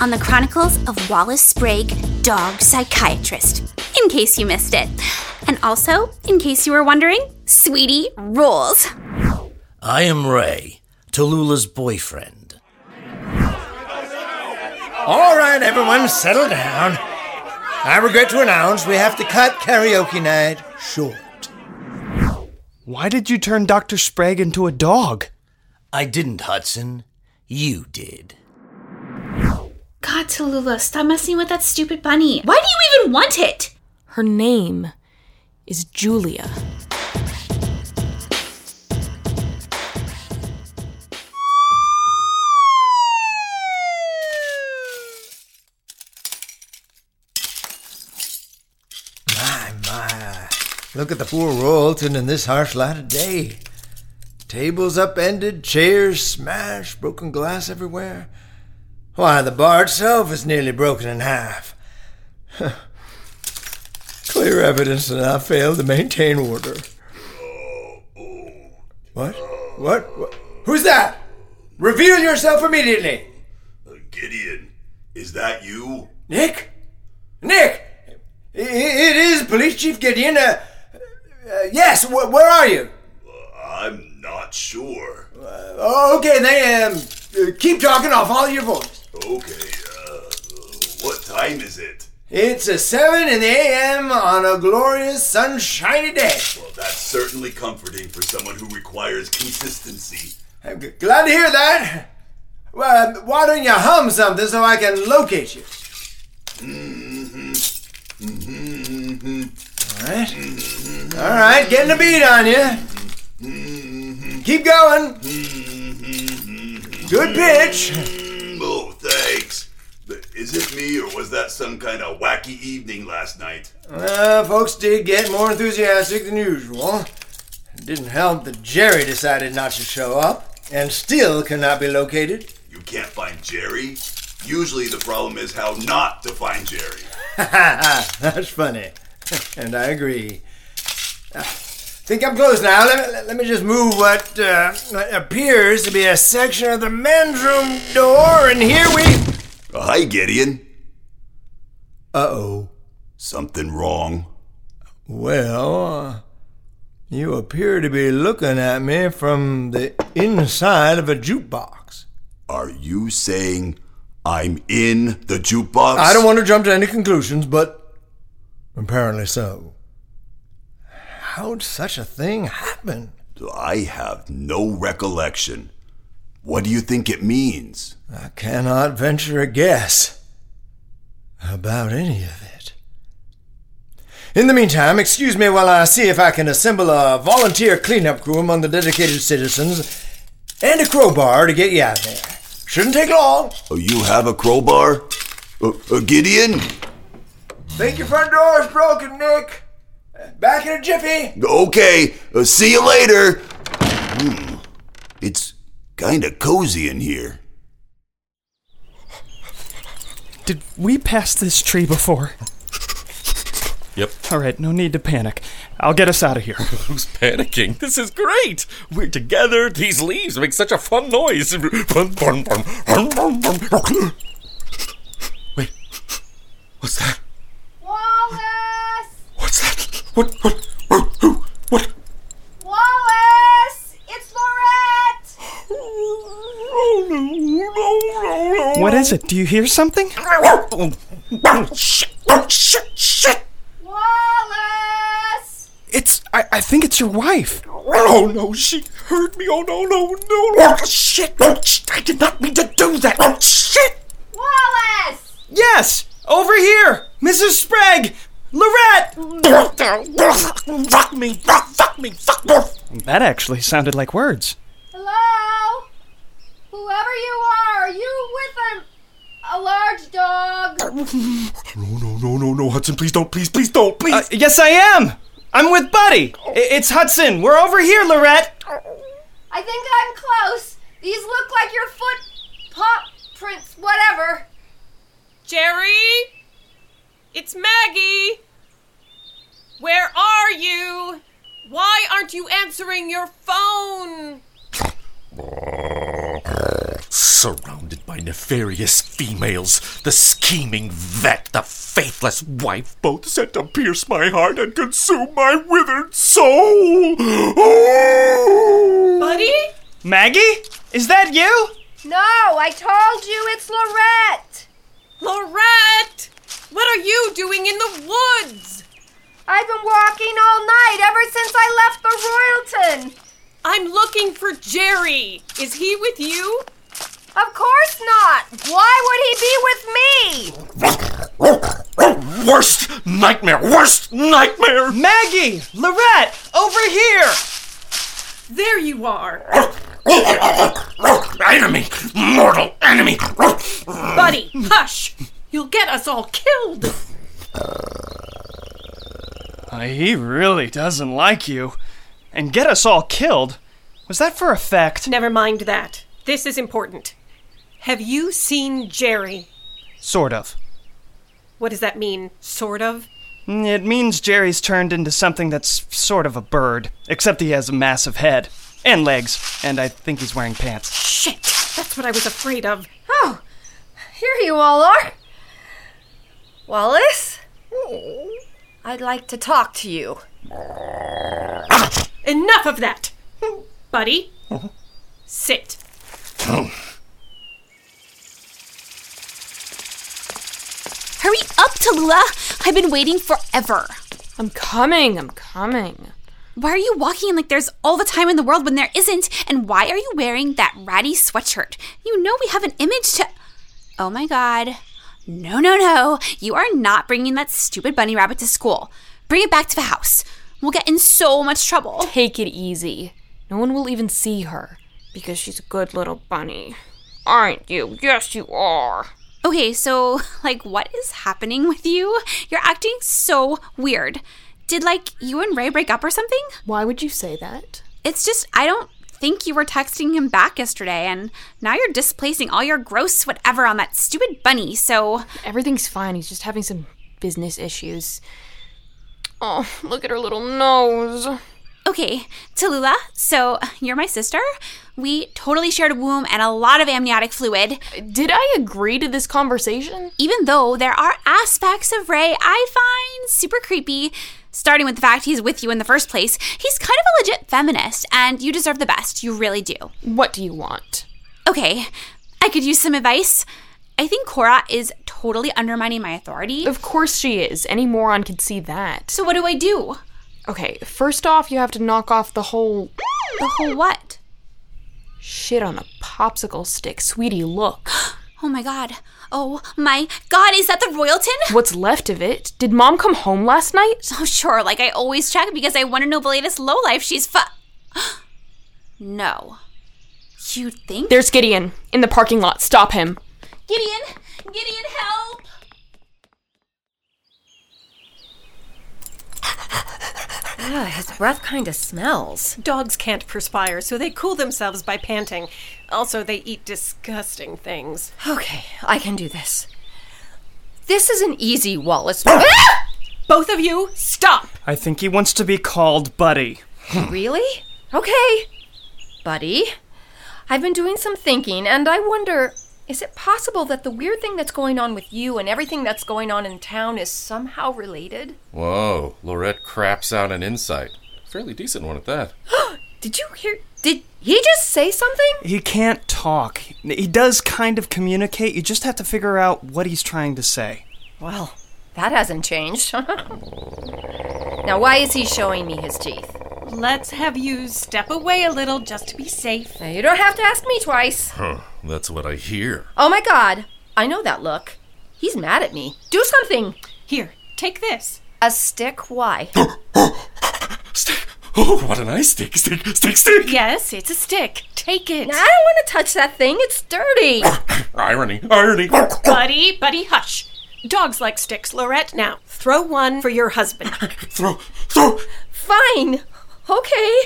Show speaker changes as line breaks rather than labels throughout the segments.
on the Chronicles of Wallace Sprague, Dog Psychiatrist, in case you missed it. And also, in case you were wondering, Sweetie rules.
I am Ray, Tallulah's boyfriend.
All right, everyone, settle down. I regret to announce we have to cut karaoke night short.
Why did you turn Dr. Sprague into a dog?
I didn't, Hudson. You did.
God, Tallulah, stop messing with that stupid bunny. Why do you even want it?
Her name is Julia.
My, my. Look at the poor Royalton in this harsh light of day. Tables upended, chairs smashed, broken glass everywhere. Why, the bar itself is nearly broken in half. Clear evidence that I failed to maintain order. What? What? what? Who's that? Reveal yourself immediately!
Uh, Gideon, is that you?
Nick? Nick! I- It is Police Chief Gideon. Uh, uh, yes, wh- where are you?
Uh, I'm not sure.
Oh, okay, they um, uh, keep talking. I'll follow your voice.
Okay, uh, what time is it?
It's a 7 in the a.m. on a glorious sunshiny day.
Well, that's certainly comforting for someone who requires consistency.
I'm g- glad to hear that. Well, um, why don't you hum something so I can locate you?
Mm-hmm.
All
Mm-hmm.
right. All right, getting a beat on you. Keep going. Good pitch.
Oh, thanks. But Is it me, or was that some kind of wacky evening last night?
Uh, folks did get more enthusiastic than usual. It didn't help that Jerry decided not to show up and still cannot be located.
You can't find Jerry? Usually the problem is how not to find Jerry.
That's funny. and I agree. Uh, think I'm close now. Let me, let me just move what uh, what appears to be a section of the men's room door, and here we.
Hi, Gideon.
Uh oh.
Something wrong.
Well, uh, you appear to be looking at me from the inside of a jukebox.
Are you saying I'm in the jukebox?
I don't want to jump to any conclusions, but apparently so. How'd such a thing happen?
I have no recollection. What do you think it means?
I cannot venture a guess about any of it. In the meantime, excuse me while I see if I can assemble a volunteer cleanup crew among the dedicated citizens and a crowbar to get you out of there. Shouldn't take long.
Oh, you have a crowbar? Uh, uh, Gideon?
Think your front door is broken, Nick. Back in a jiffy.
Okay, uh, see you later. Hmm, It's kinda cozy in here.
Did we pass this tree before?
Yep.
All right, no need to panic. I'll get us out of here.
Who's panicking? This is great. We're together. These leaves make such a fun noise. Wait. What's that?
Wallace!
What's that? What? What? What? Who? What?
Wallace! It's Lorette!
Oh, no, no, no, no.
What is it? Do you hear something?
Oh, shit. Oh, shit. Shit.
Wallace!
It's. I, I think it's your wife.
Oh no, she heard me. Oh no, no, no. Oh, shit. Oh, shit. I did not mean to do that. Oh, shit.
Wallace!
Yes! Over here! Mrs. Sprague! Lorette!
Fuck me. Fuck me. Fuck me.
That actually sounded like words.
Hello? Whoever you are, are you with an, a large dog?
No, no, no, no, no, Hudson, please don't, please, please don't, please.
Uh, yes, I am! I'm with Buddy! I- it's Hudson! We're over here, Lorette!
I think I'm close. These look like your foot pop prints, whatever.
Jerry? It's Maggie! Where are you? Why aren't
Uh,
you answering your phone?
Surrounded by nefarious females, the scheming vet, the faithless wife, both set to pierce my heart and consume my withered soul.
Buddy?
Maggie? Is that you?
No, I told you it's Lorette.
Lorette! What are you doing in the woods?
I've been walking all night ever since I left the Royalton.
I'm looking for Jerry. Is he with you?
Of course not. Why would he be with me?
Worst nightmare, worst nightmare.
Maggie! Lorette! Over here!
There you are.
Enemy, mortal enemy.
Buddy, hush! You'll get us all killed!
Uh, he really doesn't like you. And get us all killed? Was that for effect?
Never mind that. This is important. Have you seen Jerry?
Sort of.
What does that mean, sort of?
Mm, It means Jerry's turned into something that's sort of a bird, except he has a massive head and legs, and I think he's wearing pants.
Shit! That's what I was afraid of.
Oh, here you all are. Wallace? I'd like to talk to you.
Enough of that! Buddy, sit.
Hurry up, Tallulah! I've been waiting forever.
I'm coming, I'm coming.
Why are you walking in like there's all the time in the world when there isn't? And why are you wearing that ratty sweatshirt? You know we have an image to. Oh my god. No, no, no. You are not bringing that stupid bunny rabbit to school. Bring it back to the house. We'll get in so much trouble.
Take it easy. No one will even see her because she's a good little bunny. Aren't you? Yes, you are.
Okay, so, like, what is happening with you? You're acting so weird. Did, like, you and Ray break up or something?
Why would you say that?
It's just, I don't think you were texting him back yesterday, and now you're displacing all your gross whatever on that stupid bunny, so.
Everything's fine. He's just having some business issues. Oh, look at her little nose.
Okay, Tallulah, so you're my sister. We totally shared a womb and a lot of amniotic fluid,
Did I agree to this conversation?
even though there are aspects of Ray I find super creepy. Starting with the fact he's with you in the first place, he's kind of a legit feminist, and you deserve the best. You really do.
What do you want?
Okay, I could use some advice. I think Cora is totally undermining my authority.
Of course she is. Any moron could see that.
So, what do I do?
Okay, first off, you have to knock off the whole
The whole what?
shit on a popsicle stick. Sweetie, look.
Oh my god. Oh my god, is that the Royalton?
What's left of it? Did mom come home last night?
Oh, sure. Like, I always check because I want to know the latest lowlife she's fu- No. You think?
There's Gideon in the parking lot. Stop him.
Gideon! Gideon, help!
Ugh, his breath kind of smells.
Dogs can't perspire, so they cool themselves by panting. Also, they eat disgusting things.
Okay, I can do this. This is an easy Wallace.
Ah! Both of you, stop!
I think he wants to be called Buddy.
really? Okay. Buddy, I've been doing some thinking and I wonder is it possible that the weird thing that's going on with you and everything that's going on in town is somehow related?
Whoa, Lorette craps out an insight. Fairly decent one at that.
Did you hear? Did he just say something?
He can't talk. He does kind of communicate, you just have to figure out what he's trying to say.
Well, that hasn't changed. now, why is he showing me his teeth?
Let's have you step away a little just to be safe.
Now, you don't have to ask me twice.
Huh, that's what I hear.
Oh my god, I know that look. He's mad at me. Do something!
Here, take this.
A stick? Why?
Stick! Oh, what a nice stick, stick, stick, stick!
Yes, it's a stick. Take it.
I don't want to touch that thing. It's dirty.
Irony, irony!
Buddy, buddy, hush. Dogs like sticks, Lorette. Now, throw one for your husband.
throw, throw!
Fine. Okay.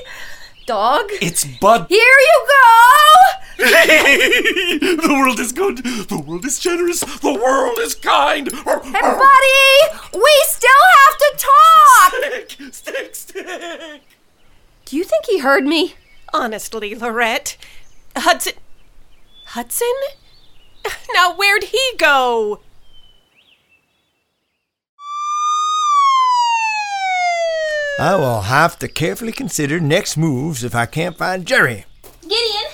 Dog.
It's Bud.
Here you go!
the world is good, the world is generous, the world is kind!
Buddy, we still have to talk!
Stick, stick, stick!
Do you think he heard me?
Honestly, Lorette. Hudson. Hudson? Now, where'd he go?
I will have to carefully consider next moves if I can't find Jerry.
Gideon!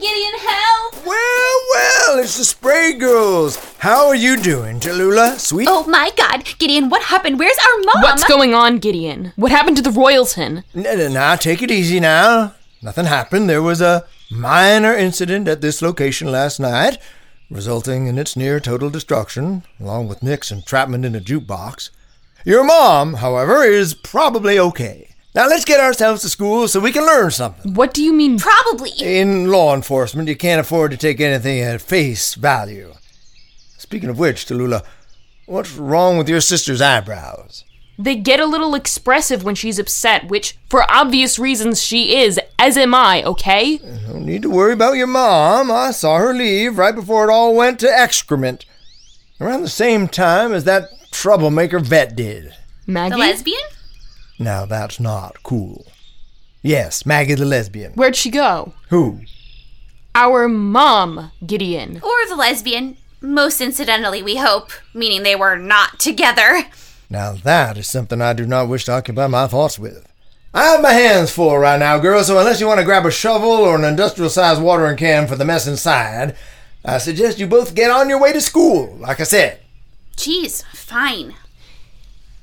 Gideon, help!
Well, well, it's the Spray Girls. How are you doing, Tallulah? Sweet?
Oh my god, Gideon, what happened? Where's our mom?
What's going on, Gideon? What happened to the Royalton?
N- n- Now, take it easy now. Nothing happened. There was a minor incident at this location last night, resulting in its near total destruction, along with Nick's entrapment in a jukebox. Your mom, however, is probably okay. Now, let's get ourselves to school so we can learn something.
What do you mean?
Probably.
In law enforcement, you can't afford to take anything at face value. Speaking of which, Tallulah, what's wrong with your sister's eyebrows?
They get a little expressive when she's upset, which, for obvious reasons, she is, as am I, okay?
Uh-huh.
No need to worry about your mom. I saw her leave right before it all went to excrement. Around the same time as that troublemaker vet did.
Maggie?
The lesbian?
Now that's not cool. Yes, Maggie the lesbian.
Where'd she go?
Who?
Our mom, Gideon.
Or the lesbian? Most incidentally, we hope, meaning they were not together.
Now that is something I do not wish to occupy my thoughts with. I have my hands full right now, girls, so unless you want to grab a shovel or an industrial sized watering can for the mess inside, I suggest you both get on your way to school, like I said.
Jeez, fine.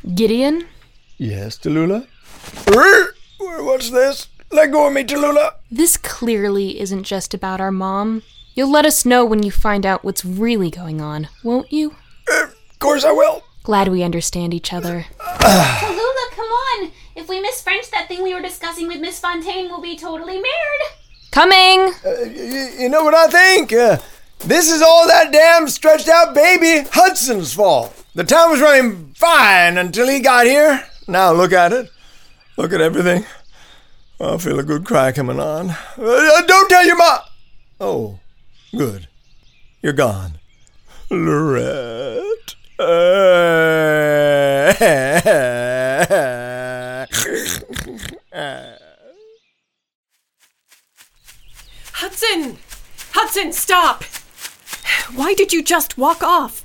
Gideon?
Yes, Tallulah? What's this? Let go of me, Tallulah!
This clearly isn't just about our mom. You'll let us know when you find out what's really going on, won't you?
Of course I will.
Glad we understand each other.
Tallulah, come on! If we miss French, that thing we were discussing with Miss Fontaine will be totally mirrored!
Coming!
Uh, You know what I think? Uh, this is all that damn stretched out baby Hudson's fault. The town was running fine until he got here. Now look at it. Look at everything. I feel a good cry coming on. Uh, uh, don't tell your ma. Oh, good. You're gone. Lorette. Uh,
Hudson! Hudson, stop! Why did you just walk off?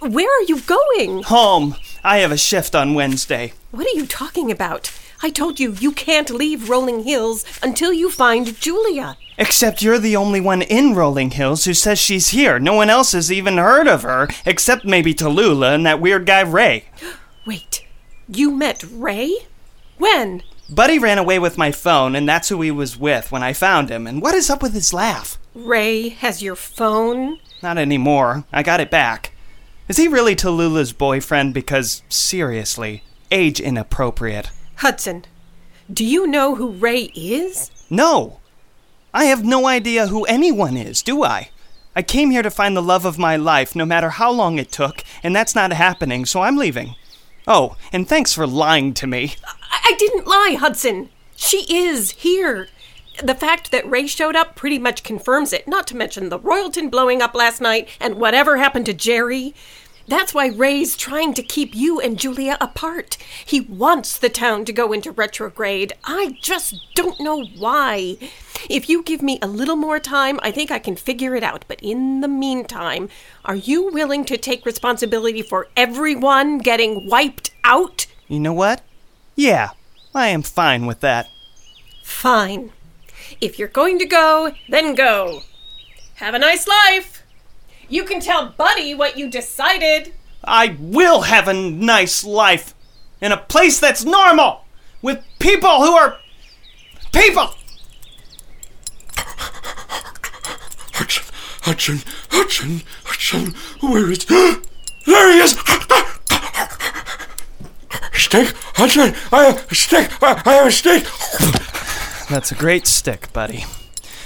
Where are you going?
Home. I have a shift on Wednesday.
What are you talking about? I told you, you can't leave Rolling Hills until you find Julia.
Except you're the only one in Rolling Hills who says she's here. No one else has even heard of her, except maybe Tallulah and that weird guy Ray.
Wait, you met Ray? When?
Buddy ran away with my phone, and that's who he was with when I found him. And what is up with his laugh?
Ray has your phone?
Not anymore. I got it back. Is he really Tallulah's boyfriend? Because, seriously, age inappropriate.
Hudson, do you know who Ray is?
No! I have no idea who anyone is, do I? I came here to find the love of my life, no matter how long it took, and that's not happening, so I'm leaving. Oh, and thanks for lying to me.
I, I didn't lie, Hudson. She is here. The fact that Ray showed up pretty much confirms it, not to mention the Royalton blowing up last night and whatever happened to Jerry. That's why Ray's trying to keep you and Julia apart. He wants the town to go into retrograde. I just don't know why. If you give me a little more time, I think I can figure it out. But in the meantime, are you willing to take responsibility for everyone getting wiped out?
You know what? Yeah, I am fine with that.
Fine. If you're going to go, then go. Have a nice life. You can tell Buddy what you decided.
I will have a nice life in a place that's normal with people who are people.
Hutchin, Hutchin, Hutchin, Hutchin, where is. There he is! Stick, Hutchin, I have a stick, I I have a stick!
That's a great stick, buddy.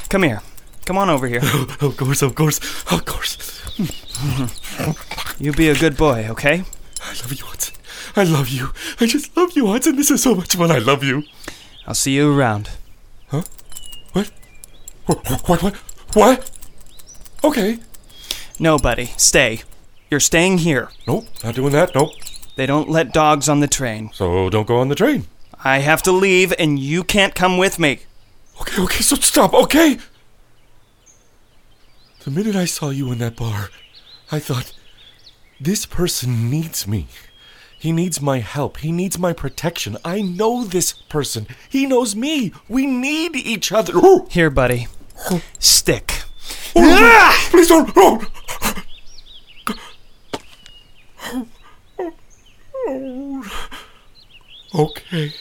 Come here. Come on over here.
Of course, of course, of course.
You be a good boy, okay?
I love you, Hudson. I love you. I just love you, Hudson. This is so much fun. I love you.
I'll see you around.
What, what, what? What? Okay.
No, buddy. Stay. You're staying here.
Nope, not doing that. Nope.
They don't let dogs on the train.
So don't go on the train.
I have to leave, and you can't come with me.
Okay, okay, so stop, okay? The minute I saw you in that bar, I thought, this person needs me. He needs my help. He needs my protection. I know this person. He knows me. We need each other.
Here, buddy. Stick.
Please don't. Oh. Okay.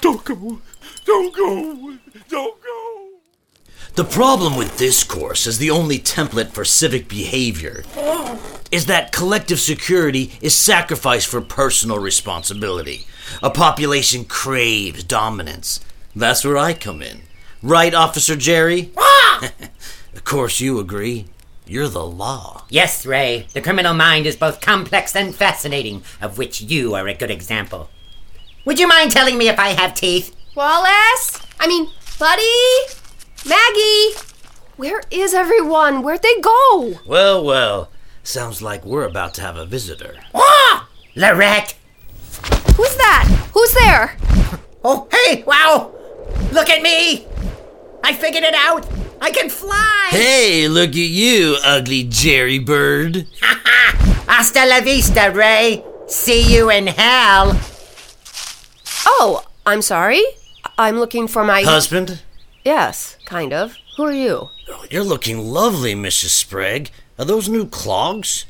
Don't go. Don't go. Don't go. The problem with this course is the only template for civic behavior is that collective security is sacrificed for personal responsibility. A population craves dominance. That's where I come in. Right, Officer Jerry? of course, you agree. You're the law.
Yes, Ray, the criminal mind is both complex and fascinating, of which you are a good example. Would you mind telling me if I have teeth?
Wallace? I mean, buddy? Maggie! Where is everyone? Where'd they go?
Well, well, sounds like we're about to have a visitor.
Lorette!
Who's that? Who's there?
Oh, hey, wow! Look at me! I figured it out! I can fly!
Hey, look at you, ugly Jerry bird.
Hasta la vista, Ray! See you in hell!
Oh, I'm sorry. I'm looking for my
Husband, Oh,
Yes, kind of. Who are you?
you're looking lovely, Mrs. Sprague. Are those new clogs?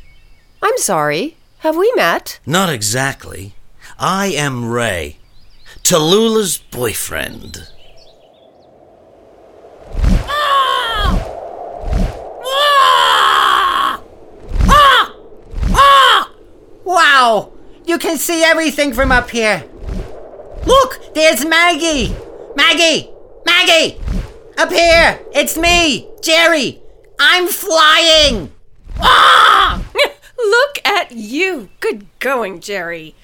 I'm sorry. Have we met?
Not exactly. I am Ray, Tallulah's boyfriend.
Ah! Wow! You can see everything from up here. Look, there's Maggie! Maggie! Maggie! Up here! It's me, Jerry! I'm flying!
Ah!
Look at you. Good going, Jerry.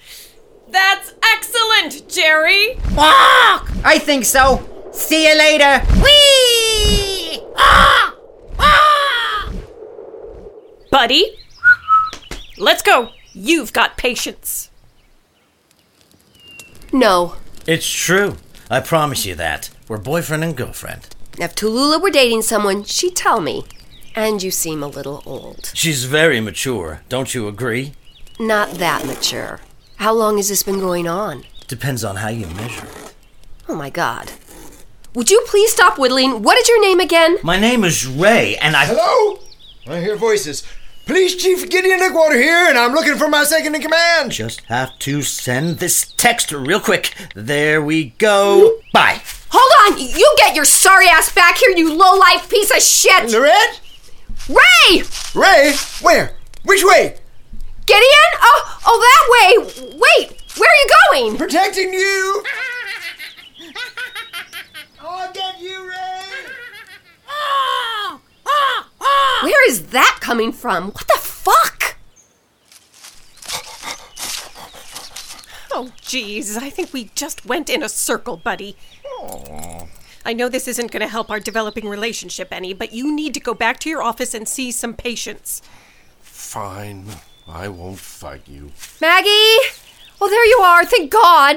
That's excellent, Jerry.
Walk! I think so. See you later. Whee!
Buddy, let's go. You've got patience.
No.
It's true. I promise you that. We're boyfriend and girlfriend.
If Tulula were dating someone, she'd tell me. And you seem a little old.
She's very mature, don't you agree?
Not that mature. How long has this been going on?
Depends on how you measure it.
Oh my god. Would you please stop whittling? What is your name again?
My name is Ray, and I.
Hello? I hear voices. Police Chief Gideon Nickwater here, and I'm looking for my second in command.
Just have to send this text real quick. There we go. Bye.
Hold on! You get your sorry ass back here, you low-life piece of shit!
Lorette?
Ray!
Ray? Where? Which way?
Gideon? Oh, oh, that way! Wait, where are you going?
Protecting you! I'll get you, Ray!
Ah!
Where is that coming from? What the fuck?
Oh, jeez. I think we just went in a circle, buddy. I know this isn't going to help our developing relationship any, but you need to go back to your office and see some patients.
Fine. I won't fight you.
Maggie! Well, there you are, thank God!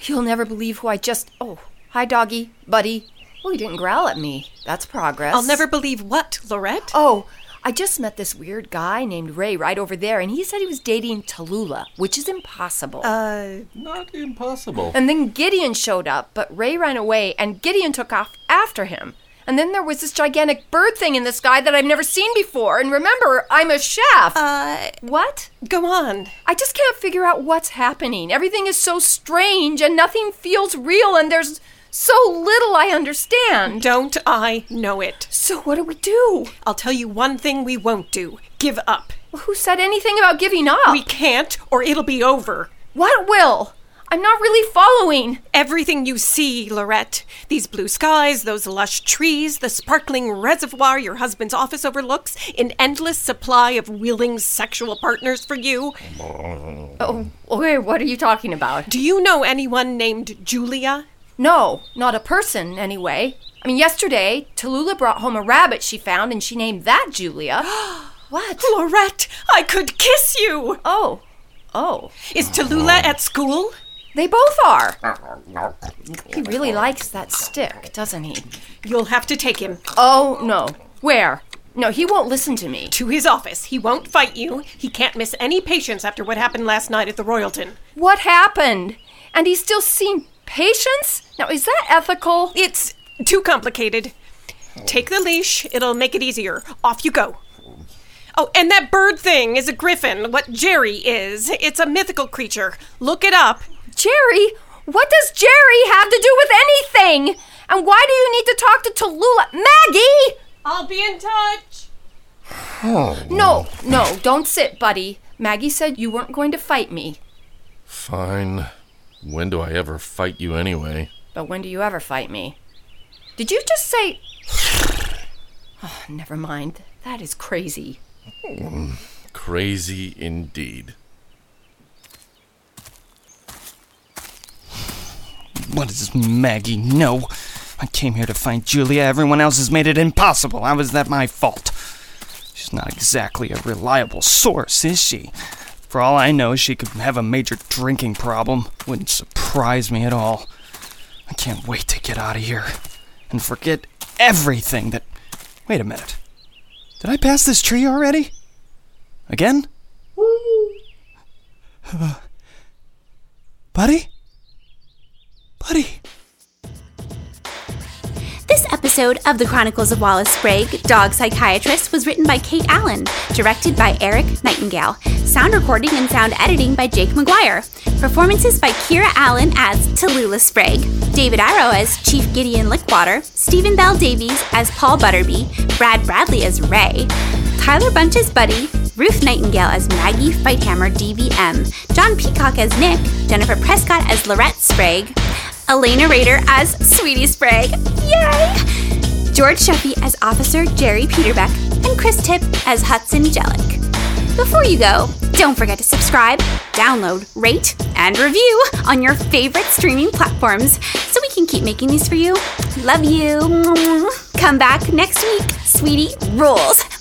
You'll never believe who I just. Oh, hi, doggy, buddy. Well, you didn't growl at me. That's progress.
I'll never believe what, Lorette?
Oh, I just met this weird guy named Ray right over there, and he said he was dating Tallulah, which is impossible.
Uh,
not impossible.
And then Gideon showed up, but Ray ran away, and Gideon took off after him. And then there was this gigantic bird thing in the sky that I've never seen before. And remember, I'm a chef.
Uh,
what?
Go on.
I just can't figure out what's happening. Everything is so strange, and nothing feels real, and there's so little I understand.
Don't I know it?
So, what do we do?
I'll tell you one thing we won't do give up.
Who said anything about giving up?
We can't, or it'll be over.
what will? I'm not really following.
Everything you see, Lorette these blue skies, those lush trees, the sparkling reservoir your husband's office overlooks, an endless supply of willing sexual partners for you.
Oh, okay, what are you talking about?
Do you know anyone named Julia?
No, not a person, anyway. I mean, yesterday, Tallulah brought home a rabbit she found, and she named that Julia. what?
Lorette, I could kiss you!
Oh, oh.
Is Tallulah at school?
They both are. He really likes that stick, doesn't he?
You'll have to take him.
Oh, no. Where? No, he won't listen to me.
To his office. He won't fight you. He can't miss any patients after what happened last night at the Royalton.
What happened? And he's still seeing patients? Now, is that ethical?
It's too complicated. Take the leash, it'll make it easier. Off you go. Oh, and that bird thing is a griffin, what Jerry is. It's a mythical creature. Look it up.
Jerry? What does Jerry have to do with anything? And why do you need to talk to Tallulah? Maggie!
I'll be in touch.
Oh.
No, no, don't sit, buddy. Maggie said you weren't going to fight me.
Fine. When do I ever fight you anyway?
But when do you ever fight me? Did you just say. Oh, never mind. That is crazy.
Mm, Crazy indeed.
What is Maggie? No. I came here to find Julia. Everyone else has made it impossible. How is that my fault? She's not exactly a reliable source, is she? For all I know, she could have a major drinking problem. Wouldn't surprise me at all. I can't wait to get out of here and forget everything that. Wait a minute. Did I pass this tree already? Again? Uh, buddy? Buddy?
This episode of The Chronicles of Wallace Sprague, Dog Psychiatrist, was written by Kate Allen, directed by Eric Nightingale, sound recording and sound editing by Jake McGuire, performances by Kira Allen as Tallulah Sprague, David Arrow as Chief Gideon Lickwater, Stephen Bell Davies as Paul Butterby, Brad Bradley as Ray, Tyler Bunch as Buddy, Ruth Nightingale as Maggie Fighthammer DBM, John Peacock as Nick, Jennifer Prescott as Lorette Sprague, Elena Rader as Sweetie Sprague, yay! George Sheffy as Officer Jerry Peterbeck, and Chris Tip as Hudson Jellick. Before you go, don't forget to subscribe, download, rate, and review on your favorite streaming platforms so we can keep making these for you. Love you. Come back next week. Sweetie rules.